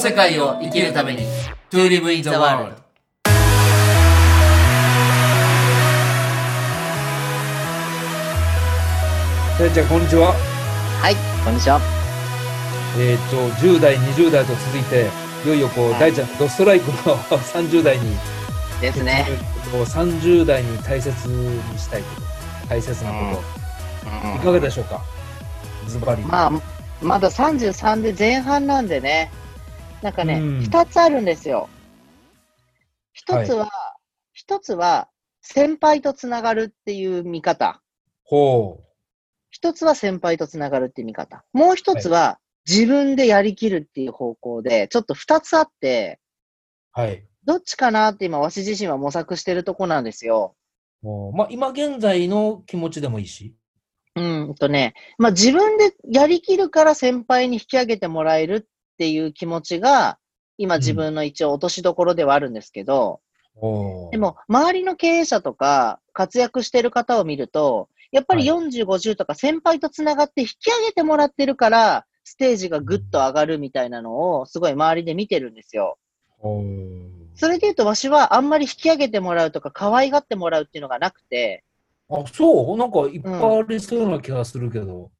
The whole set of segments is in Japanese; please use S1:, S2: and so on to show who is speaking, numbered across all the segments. S1: 世界を生きるために To live in the world
S2: さやちゃんこんにちは
S3: はい、こんにちは。
S2: えっ、と10代20代と続いていよいよこう、
S3: はい
S2: 大ちゃんドストライクの 30代に
S3: ですね。
S2: こう30代に大切にしたいこと大切なこと、いかがでしょうかズバリ
S3: まあ、まだ33で前半なんでね、なんかね、
S2: うん
S3: 2つあるんですよ。1つは、一つは、先輩とつながるっていう見方。
S2: ほ
S3: 1つは先輩とつながるっていう見方。もう1つは、自分でやりきるっていう方向で、ちょっと2つあって、
S2: うはい
S3: どっちかなって今、私自身は模索してるとこなんですよ。
S2: もうまあ今現在の気持ちでもいいし
S3: うんとね、まあ、自分でやりきるから先輩に引き上げてもらえるっていう気持ちが、今
S2: うん
S3: 自分の一応落としどころではあるんですけど、
S2: ほう
S3: でも周りの経営者とか活躍してる方を見ると、やっぱり
S2: は
S3: 40、50とか先輩とつながって引き上げてもらってるから、ステージがぐっと上がるみたいなのをすごい周りで見てるんですよ。
S2: ほう
S3: それで言うと、わしはあんまり引き上げてもらうとか可愛がってもらうっていうのがなくて、
S2: あそうなんかいっぱいありそうな気がするけど、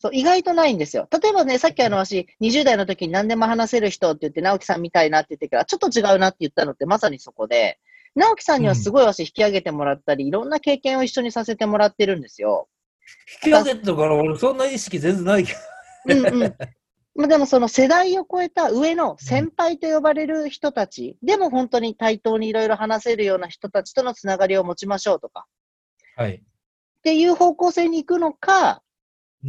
S3: そう、意外とないんですよ。例えばね、さっきあの、私、20代の時に何でも話せる人って言って、直樹さんみたいなって言ってから、ちょっと違うなって言ったのってまさにそこで、直樹さんにはすごい私引き上げてもらったり、いろんな経験を一緒にさせてもらってるんですよ。
S2: 引き上げたから俺そんな意識全然ないけど
S3: うんうん。まあでもその世代を超えた上の先輩と呼ばれる人たち、でも本当に対等にいろいろ話せるような人たちとのつながりを持ちましょうとか、
S2: はい、
S3: っていう方向性に行くのか、
S2: うん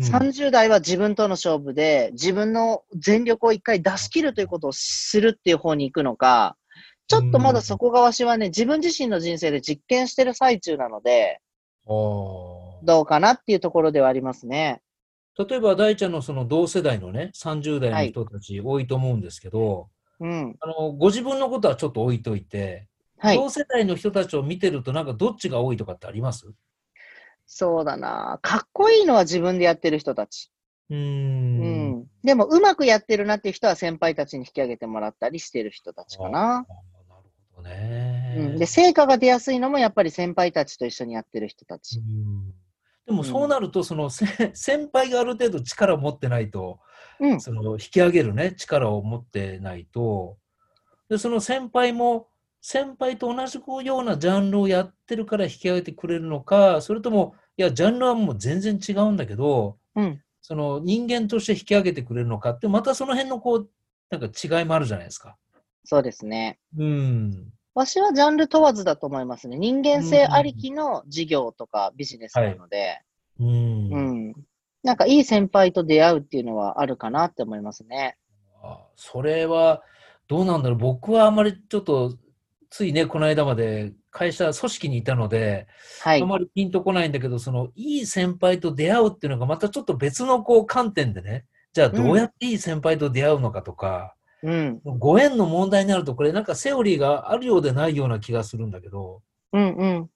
S3: 30代は自分との勝負で、自分の全力を一回出し切るということをするっていう方に行くのか、ちょっとまだそこがわしはね、自分自身の人生で実験してる最中なので、
S2: ほう
S3: どうかなっていうところではありますね。
S2: 例えば大ちゃんのその同世代のね30代の人たち多いと思うんですけど、
S3: うん。
S2: あのご自分のことはちょっと置いといて、
S3: はい。
S2: 同世代の人たちを見てるとなんかどっちが多いとかってあります
S3: そうだな。かっこいいのは自分でやってる人たち。
S2: うー
S3: うんん。でも、うまくやってるなっていう人は先輩たちに引き上げてもらったりしてる人たちかな。
S2: あなるほどね、
S3: うん。で、成果が出やすいのもやっぱり先輩たちと一緒にやってる人たち。
S2: うんでもそうなるとその、せ 先輩がある程度力を持ってないと
S3: うん。
S2: その引き上げるね力を持ってないとでその先輩も先輩と同じようなジャンルをやってるから引き上げてくれるのかそれともいやジャンルはもう全然違うんだけど
S3: うん。
S2: その人間として引き上げてくれるのかってまたその辺のこうなんか違いもあるじゃないですか。
S3: そうですね。
S2: うん
S3: わしはジャンル問わずだと思いますね。人間性ありきの事業とかビジネスなので、
S2: うん
S3: うん。なんかいい先輩と出会うっていうのはあるかなって思いますね。
S2: あそれはどうなんだろう僕はあまりちょっとついねこの間まで会社組織にいたので、
S3: はい
S2: あ。まりピンとこないんだけど、そのいい先輩と出会うっていうのがまたちょっと別のこう観点でね、じゃあどうやっていい先輩と出会うのかとか、
S3: うん。
S2: ご縁の問題になると、これなんかセオリーがあるようでないような気がするんだけど、
S3: うんうん。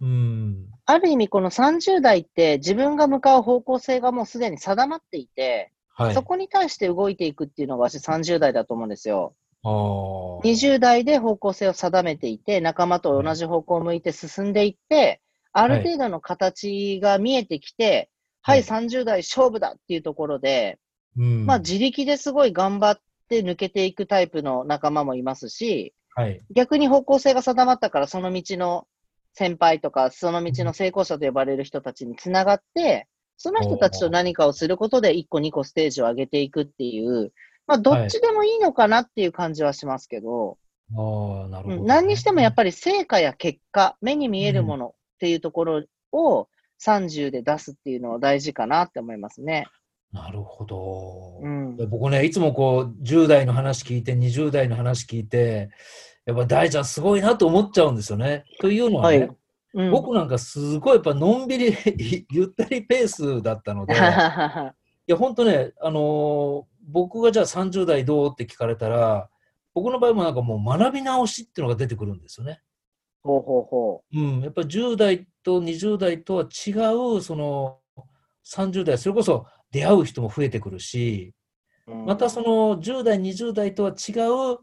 S2: うん、
S3: ある意味この30代って自分が向かう方向性がもうすでに定まっていて、
S2: はい。
S3: そこに対して動いていくっていうのが私30代だと思うんですよ。
S2: あー
S3: 20代で方向性を定めていて、仲間と同じ方向を向いて進んでいって、ある程度の形が見えてきて、は
S2: はい
S3: い、30代勝負だっていうところで、
S2: うん、
S3: まあ自力ですごい頑張って抜けていくタイプの仲間もいますし、
S2: はい。
S3: 逆に方向性が定まったから、その道の先輩とか、その道の成功者と呼ばれる人たちにつながって、その人たちと何かをすることで、1個2個ステージを上げていくっていう、まあどっちでもいいのかなっていう感じはしますけど、
S2: あーなるほど、
S3: うん何にしてもやっ
S2: ぱ
S3: ぱり成果や結果、目に見えるものっていうところを30で出すっていうのは大事かなって思いますね。
S2: なるほど。
S3: うん
S2: いや。僕ね、いつもこう、10代の話聞いて、20代の話聞いて、やっぱ大ちゃんすごいなと思っちゃうんですよね。というのはね、
S3: はいうん、
S2: 僕なんかすごいやっぱのんびり ゆったりペースだった ので、い
S3: は
S2: や本当ね、あのー僕がじゃあ30代どうって聞かれたら、僕の場合もなんかもう学び直しっていうのが出てくるんですよね。
S3: ほうほうほ
S2: うん、やっぱり10代と20代とは違う、その30代、それこそ出会う人も増えてくるし、
S3: うん
S2: またその10代、20代とは違う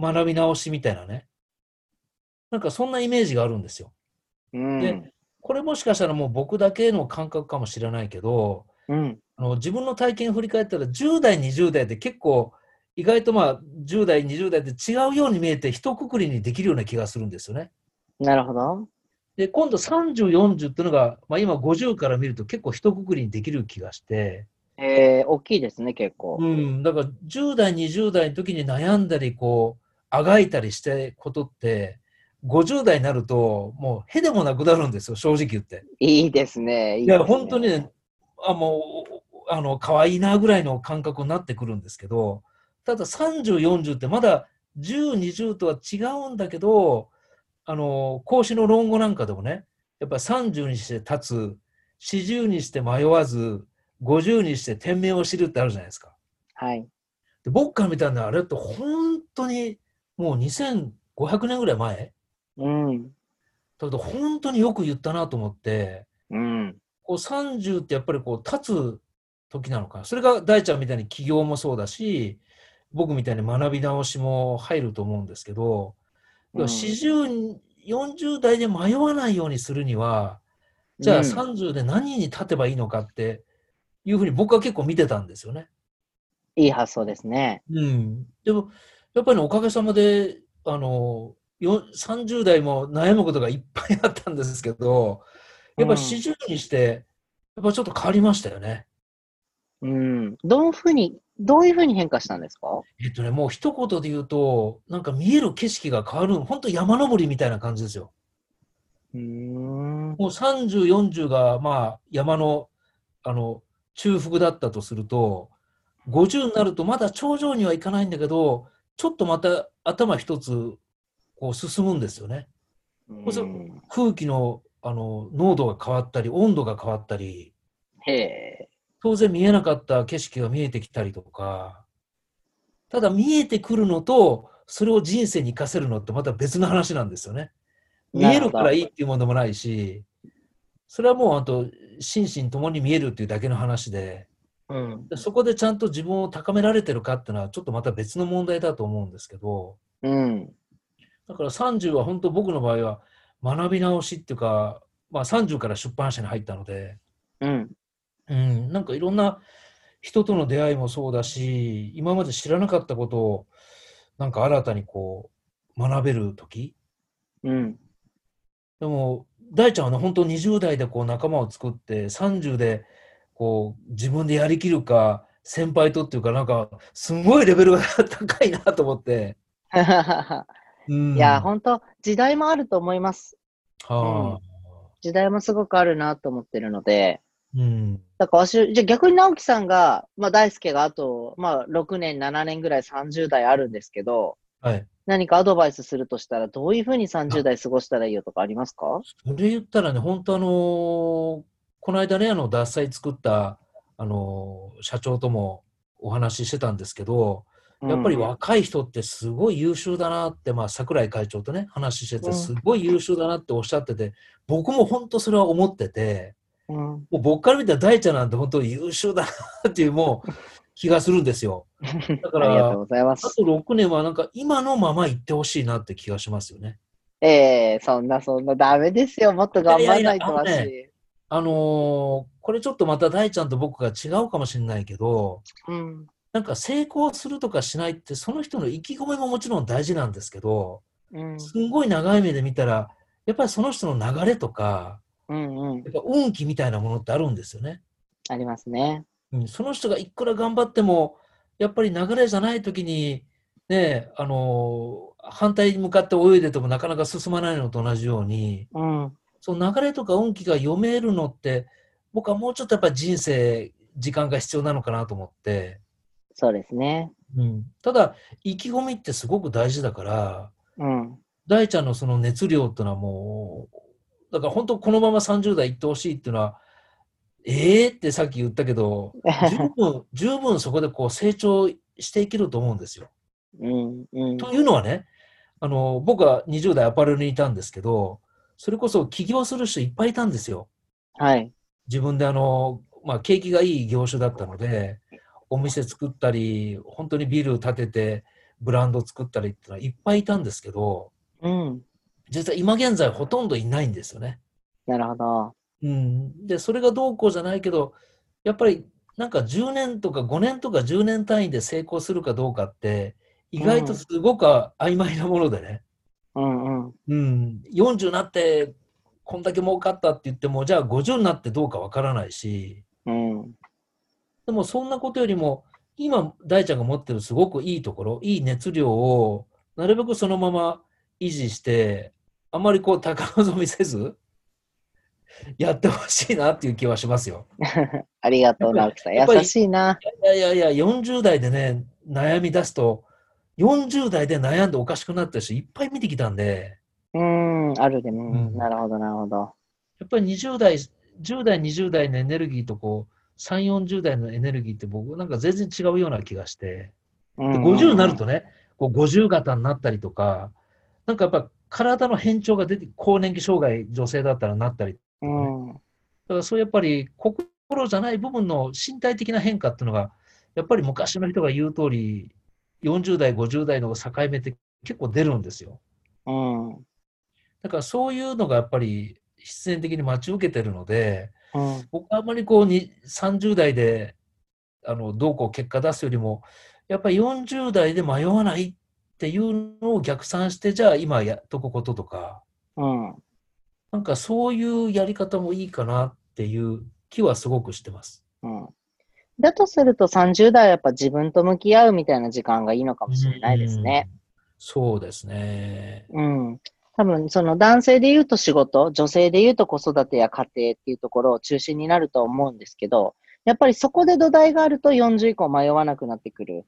S2: 学び直しみたいなね。なんかそんなイメージがあるんですよ。
S3: うん
S2: でこれもしかしたらもう僕だけの感覚かもしれないけど、
S3: うん
S2: あの自分の体験振り返ったら10代、20代って結構意外とまあ10代、20代って違うように見えて一括りにできるような気がするんですよね。
S3: なるほど。
S2: で、今度30、40っていうのが、まあ、今50から見ると結構一括りにできる気がして、
S3: えー、大きいですね、結構。
S2: うん、だから10代、20代の時に悩んだり、こう、あがいたりしたことって、50代になると、もう、へでもなくなるんですよ、正直言って。
S3: いいですね。いい
S2: い
S3: です
S2: や、
S3: ね
S2: 本当にね、あ、もう、あの、可愛いなぐらいの感覚になってくるんですけど、ただ30、40ってまだ10、20とは違うんだけど、あの、孔子の論語なんかでもね、やっぱり30にして立つ、40にして迷わず、50にして天命を知るってあるじゃないですか。
S3: はい。
S2: で僕から見たんだあれって本当にもう2500年ぐらい前
S3: うん。
S2: だけど本当によく言ったなと思って
S3: うん。
S2: こう30ってやっぱりこう立つ時なのかなそれが大ちゃんみたいに起業もそうだし僕みたいに学び直しも入ると思うんですけど
S3: うん
S2: 4040代で迷わないようにするにはじゃあ
S3: うん
S2: 30で何に立てばいいのかっていうふうに僕は結構見てたんですよね。
S3: いい発想ですね。
S2: うん、でも、やっぱりねおかげさまで、あの、よ30代も悩むことがいっぱいあったんですけど、やっぱ
S3: うん
S2: 40にして、やっぱちょっと変わりましたよね。
S3: うん。どういうふうに、どういうふうに変化したんですか
S2: えっとね、もう一言で言うと、なんか見える景色が変わる、本当山登りみたいな感じですよ。
S3: うーん。
S2: もう30、40が、まあ、山の、あの、中腹だったとすると、50になるとまだ頂上には行かないんだけど、ちょっとまた頭一つ、こう進むんですよね。こそ
S3: うん
S2: 空気のあの濃度が変わったり温度が変わったり
S3: へえ。
S2: 当然見えなかった景色が見えてきたりとかただ見えてくるのとそれを人生に生かせるのってまた別の話なんですよね。見えるからいいっていうものでもないしそれはもうあと心身ともに見えるっていうだけの話で
S3: うん。
S2: そこでちゃんと自分を高められてるかっていうのはちょっとまた別の問題だと思うんですけど。
S3: うん。
S2: だから30は本当僕の場合は学び直しっていうか、まあ、30から出版社に入ったので、
S3: うん。
S2: うん、なんかいろんな人との出会いもそうだし今まで知らなかったことをなんか新たにこう学べる時
S3: うん。
S2: でも大ちゃんはね本当20代でこう仲間を作って30でこう自分でやりきるか先輩とっていうかなんかすごいレベルが高いなと思って。うん、
S3: いや、本当時代もあると思います。
S2: はあ、
S3: 時代もすごくあるなと思ってるので。
S2: うん
S3: だからわし、じゃあ逆に直樹さんが、まあ大輔があと、まあ6年、7年ぐらい30代あるんですけど、
S2: はい
S3: 何かアドバイスするとしたら、どういうふうに30代過ごしたらいいよとかありますか
S2: それ言ったらね、本当あのーこの間ね、あの、獺祭作った、あのー社長ともお話ししてたんですけど、やっぱり
S3: うん
S2: 若い人ってすごい優秀だなって、まあ、桜井会長とね、話して
S3: う
S2: て、
S3: ん
S2: すごい優秀だなっておっしゃってて、僕も本当それは思ってて、
S3: うん
S2: もう僕から見たら大ちゃんなんて本当優秀だなっていう、もう、気がするんですよ。だか
S3: ありがとう
S2: ら、
S3: ございま
S2: あと
S3: す。
S2: 6年はなんか今のまま行ってほしいなって気がしますよね。
S3: ええそんなそんなダメですよ。もっと頑張らないと
S2: いやいやいやあの
S3: わし。
S2: ねあのーこれちょっとまた大ちゃんと僕が違うかもしれないけど、
S3: うん。
S2: なんか成功するとかしないって、その人の意気込みももちろん大事なんですけど、
S3: うん。
S2: すんごい長い目で見たら、やっぱりその人の流れとか、
S3: うんうん。
S2: やっぱ運気みたいなものってあるんですよね。
S3: ありますね。
S2: うん、その人がいくら頑張っても、やっぱり流れじゃない時に、ね、あのー反対に向かって泳いでてもなかなか進まないのと同じように、
S3: うん。
S2: その流れとか運気が読めるのって、僕はもうちょっとやっぱり人生、時間が必要なのかなと思って、
S3: そうですね。
S2: うん、ただ、意気込みってすごく大事だから、
S3: うん。
S2: 大ちゃんのその熱量ってのはもう、だから本当このまま30代行ってほしいっていうのは、ええってさっき言ったけど、十分、 十分そこでこう成長していけると思うんですよ。
S3: うん。うん。
S2: というのはね、あの、僕は20代アパレルにいたんですけど、それこそ起業する人いっぱいいたんですよ。
S3: はい。
S2: 自分であの、まあ、景気がいい業種だったので、お店作ったり、本当にビルを建てて、ブランド作ったりってのはいっぱいいたんですけど、
S3: うん。
S2: 実は今現在ほとんどいないんですよね。
S3: なるほど。
S2: うん、で、それがどうこうじゃないけど、やっぱりなんか10年とか5年とか10年単位で成功するかどうかって、意外とすごく曖昧なものでね。
S3: うんうん。
S2: うん、40になってこんだけ儲かったって言ってもじゃあ50になってどうかわからないし
S3: うん。
S2: でもそんなことよりも今大ちゃんが持ってるすごくいいところいい熱量をなるべくそのまま維持してあまりこう高望みせずやってほしいなっていう気はしますよ。
S3: ありがとう、直樹さん。
S2: やっぱり
S3: 優しいな。
S2: いやいやいや40代でね悩み出すと40代で悩んでおかしくなった人いっぱい見てきたんで。
S3: うん、あるでも、うん
S2: うん
S3: なるほど、なるほど。
S2: やっぱり20代、10代、20代のエネルギーとこう、3、40代のエネルギーって僕なんか全然違うような気がして、
S3: うん
S2: で50になるとね、こう50型になったりとか、なんかやっぱ体の変調が出て、更年期障害女性だったらなったり、だ
S3: うん。うん
S2: からそういうやっぱり心じゃない部分の身体的な変化っていうのが、やっぱり昔の人が言う通り、40代、50代の境目って結構出るんですよ。
S3: うん。
S2: だからそういうのがやっぱり必然的に待ち受けてるので、
S3: うん。
S2: 僕はあまりこうに30代であのどうこう結果出すよりもやっぱり40代で迷わないっていうのを逆算してじゃあ今やっとくこととか
S3: うん。
S2: なんかそういうやり方もいいかなっていう気はすごくしてます。
S3: うん。だとすると30代はやっぱ自分と向き合うみたいな時間がいいのかもしれないですね。
S2: うん。そうですね。
S3: うん。多分その男性で言うと仕事、女性で言うと子育てや家庭っていうところを中心になると思うんですけど、やっぱりそこで土台があると40以降迷わなくなってくる。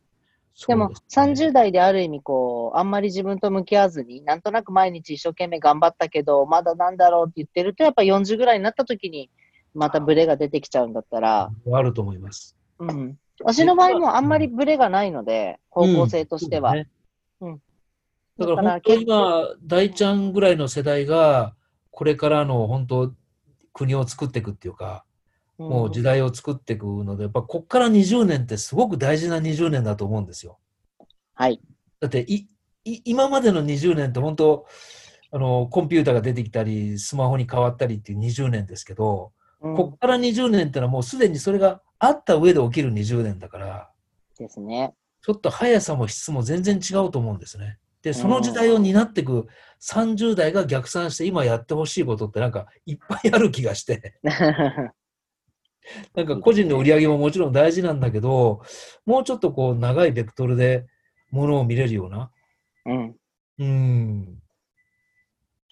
S3: でも
S2: そうですね
S3: 30代である意味こう、あんまり自分と向き合わずに、なんとなく毎日一生懸命頑張ったけど、まだなんだろうって言ってると、やっぱ40ぐらいになった時に、またブレが出てきちゃうんだったら、
S2: あると思います。
S3: うん。私の場合もあんまりブレがないので、方向性としては。
S2: うんそうですね
S3: だ
S2: だ
S3: か
S2: からら本当今、大ちゃんぐらいの世代が、これからの本当、国を作っていくっていうか、もう時代を作っていくので、やっぱこっから20年ってすごく大事な20年だと思うんですよ。
S3: はい。
S2: だってい、い今までの20年って本当、あの、コンピューターが出てきたり、スマホに変わったりっていう20年ですけ
S3: う
S2: ど、
S3: ん
S2: こっから20年ってのはもうすでにそれがあった上で起きる20年だから、
S3: ですね。
S2: ちょっと速さも質も全然違うと思うんですね。で、その時代を担っていく30代が逆算して今やってほしいことってなんかいっぱいある気がして、なんか個人の売り上げももちろん大事なんだけど、もうちょっとこう長いベクトルでものを見れるような。
S3: うん。
S2: うん。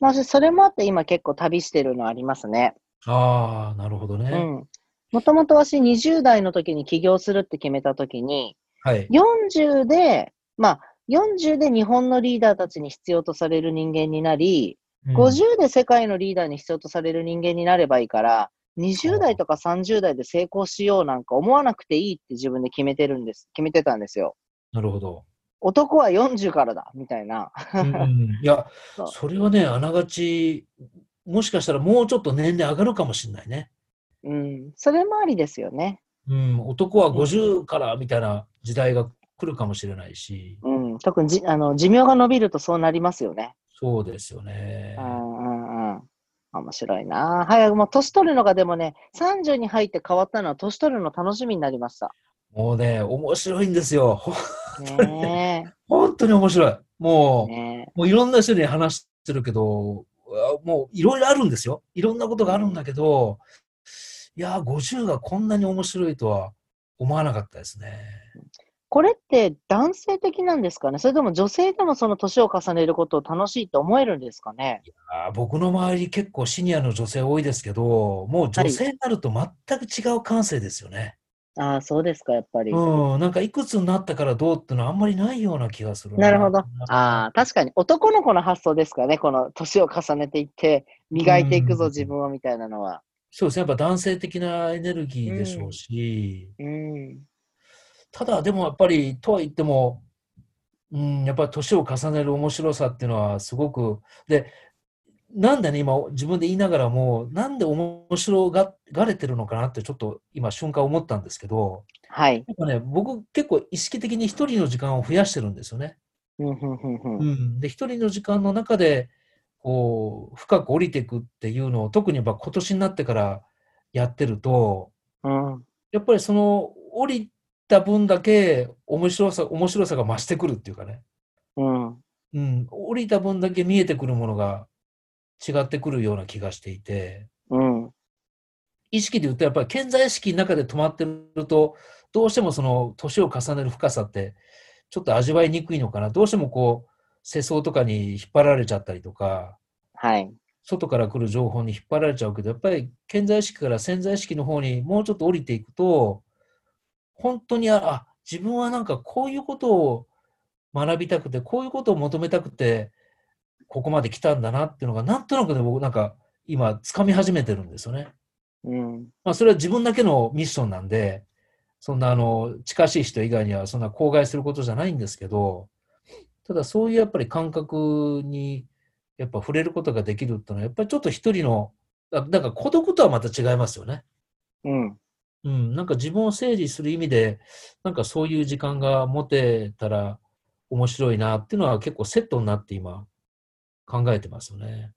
S3: まあ、それもあって今結構旅してるのありますね。
S2: ああ、なるほどね。
S3: うん。もともと私20代の時に起業するって決めた時に、
S2: はい。
S3: 40で、まあ、40で日本のリーダーたちに必要とされる人間になり、
S2: うん
S3: 50で世界のリーダーに必要とされる人間になればいいから、20代とか30代で成功しようなんか思わなくていいって自分で決めてるんです。決めてたんですよ。
S2: なるほ ど。
S3: 男は40からだみたいな。
S2: うん、いや
S3: そう、
S2: それはね、あながち、もしかしたらもうちょっと年齢上がるかもしれないね。
S3: うん。それもありですよね。
S2: うん、男は50からみたいな時代が来るかもしれないし、
S3: うん。特にじあの寿命が伸びるとそうなりますよね。
S2: そうですよね
S3: う。んうんうん。面白いな。早くもう年取るのがでもね、30に入って変わったのは年取るの楽しみになりました。
S2: もうね、面白いんですよ。ほ
S3: ね
S2: 本当に面白い。
S3: え。
S2: も
S3: ね
S2: う、もういろんな人に話してるけど、あもういろいろあるんですよ。いろんなことがあるんだけど、いやー、50がこんなに面白いとは思わなかったですね。
S3: これって男性的なんですかねそれとも女性でもその年を重ねることを楽しいと思えるんですかね
S2: あー僕の周り結構シニアの女性多いですけど、もう女性になると全く違う感性ですよね。
S3: ああ、そうですか、やっぱり。
S2: うん、なんかいくつになったからどうってのはあんまりないような気がする
S3: なるほど。ああ、確かに男の子の発想ですかねこの年を重ねていって、磨いていくぞ、
S2: うん
S3: 自分をみたいなのは。
S2: そうですね、やっぱ男性的なエネルギーでしょうし、
S3: うん。
S2: ただでもやっぱり、とは言っても、うん、やっぱり年を重ねる面白さっていうのはすごく、で、なんでね、今自分で言いながらも、なんで面白ががれてるのかなってちょっと今瞬間思ったんですけど、
S3: はい。
S2: なんかね、僕結構意識的に一人の時間を増やしてるんですよね。
S3: うんうんうん
S2: う
S3: うん
S2: ん、で、一人の時間の中で、こう、深く降りていくっていうのを、特にやっぱ今年になってからやってると、
S3: うん
S2: やっぱりその降りた分だけ面白さ、面白さが増してくるっていうかね。
S3: うん
S2: うん、降りた分だけ見えてくるものが違ってくるような気がしていて、
S3: うん
S2: 意識で言うとやっぱり健在意識の中で止まってると、どうしてもその年を重ねる深さってちょっと味わいにくいのかな。どうしてもこう、世相とかに引っ張られちゃったりとか、
S3: はい。
S2: 外から来る情報に引っ張られちゃうけど、やっぱり健在意識から潜在意識の方にもうちょっと降りていくと、本当に、あ、あ自分はなんかこういうことを学びたくて、こういうことを求めたくて、ここまで来たんだなっていうのが、なんとなくね、僕なんか今、掴み始めてるんですよね。
S3: うん
S2: まあ、それは自分だけのミッションなんで、そんなあの近しい人以外にはそんな口外することじゃないんですけど、ただそういうやっぱり感覚にやっぱ触れることができるっていうのは、やっぱりちょっと一人の、だだから孤独とはまた違いますよね。
S3: うん
S2: うん、なんか自分を整理する意味で、なんかそういう時間が持てたら面白いなっていうのは結構セットになって今考えてますよね。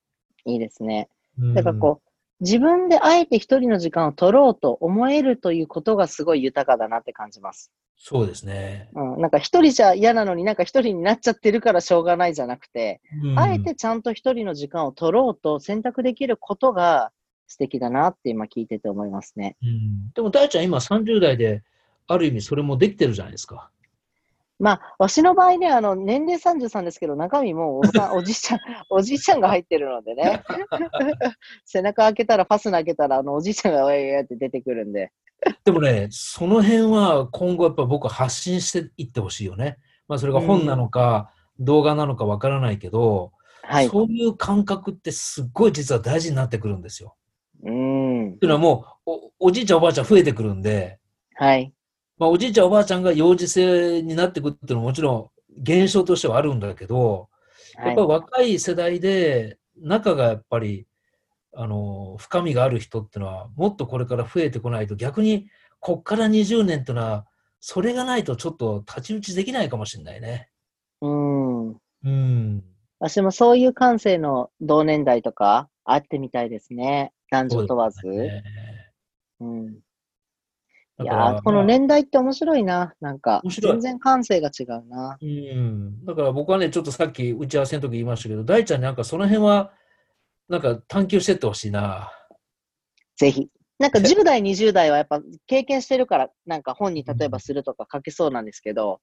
S3: いいですね。
S2: うん
S3: だからこう、自分であえて一人の時間を取ろうと思えるということがすごい豊かだなって感じます。
S2: そうですね。
S3: うん、なんか一人じゃ嫌なのになんか一人になっちゃってるからしょうがないじゃなくて、
S2: うん
S3: あえてちゃんと一人の時間を取ろうと選択できることが素敵だなって今聞いてて思いますね。
S2: うんでも大ちゃん今30代である意味それもできてるじゃないですか。
S3: まあ、わしの場合ね、あの、年齢33ですけど、中身 もうおさんおじいちゃん、おじいちゃんが入ってるのでね。背中開けたら、ファスナー開けたら、あの、おじいちゃんがわやって出てくるんで。
S2: でもね、その辺は今後やっぱ僕は発信していってほしいよね。まあそれが本なのか動画なのかわからないけど、
S3: はい。う
S2: そういう感覚ってすっごい実は大事になってくるんですよ。
S3: ーん
S2: っ。ていうのはもうおおじいちゃんおばあちゃん増えてくるんで、
S3: はい。
S2: まあ、おじいちゃんおばあちゃんが幼児性になってくるっていうのはもちろん現象としてはあるんだけど、
S3: は
S2: やっ
S3: い
S2: ぱ。り若い世代で仲がやっぱりあの深みがある人ってのはもっとこれから増えてこないと逆にこっから20年ってのはそれがないとちょっと太刀打ちできないかもしれないね。
S3: うーん。
S2: うん。
S3: 私もそういう感性の同年代とか、会ってみたいですね。男女問わず。
S2: そうですね
S3: うん。い
S2: だから
S3: やー、この年代って面白いな。なんか、
S2: 面白い
S3: 全然感性が違うな。
S2: うん。だから僕はね、ちょっとさっき打ち合わせの時言いましたけど、大ちゃんなんかその辺はなんか探求してってほしいな。
S3: ぜひ。なんか
S2: ぜ
S3: 10代、20代はやっぱ経験してるから、なんか本に例えばするとか書けそうなんですけど、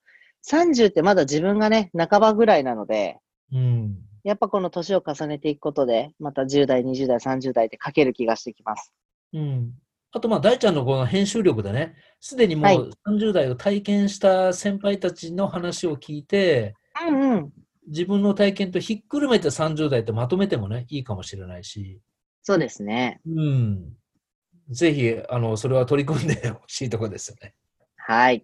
S3: 30ってまだ自分がね、半ばぐらいなので、
S2: うん。
S3: やっぱこの年を重ねていくことで、また10代、20代、30代って書ける気がしてきます。
S2: うん。あと、まあ、大ちゃんのこの編集力でね、すでに
S3: は
S2: も
S3: いう
S2: 30代を体験した先輩たちの話を聞いて、
S3: うんうん。
S2: 自分の体験とひっくるめて30代ってまとめてもね、いいかもしれないし、
S3: そうですね。
S2: うん。ぜひ、あの、それは取り組んでほしいところですよね。
S3: はい。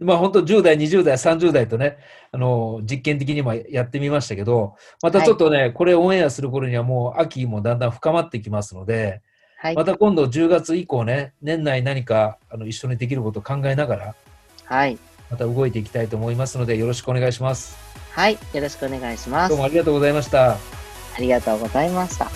S2: まあ、本当10代、20代、30代とね、あの、実験的にもやってみましたけど、またちょっとね、これオンエアする頃にはもう秋もだんだん深まってきますので、
S3: はい。
S2: また今度10月以降ね、年内何かあの一緒にできることを考えながら、
S3: はい。
S2: また動いていきたいと思いますので、よろしくお願いします。
S3: はい。よろしくお願いします
S2: どう。もありがとうございました。
S3: ありがとうございました。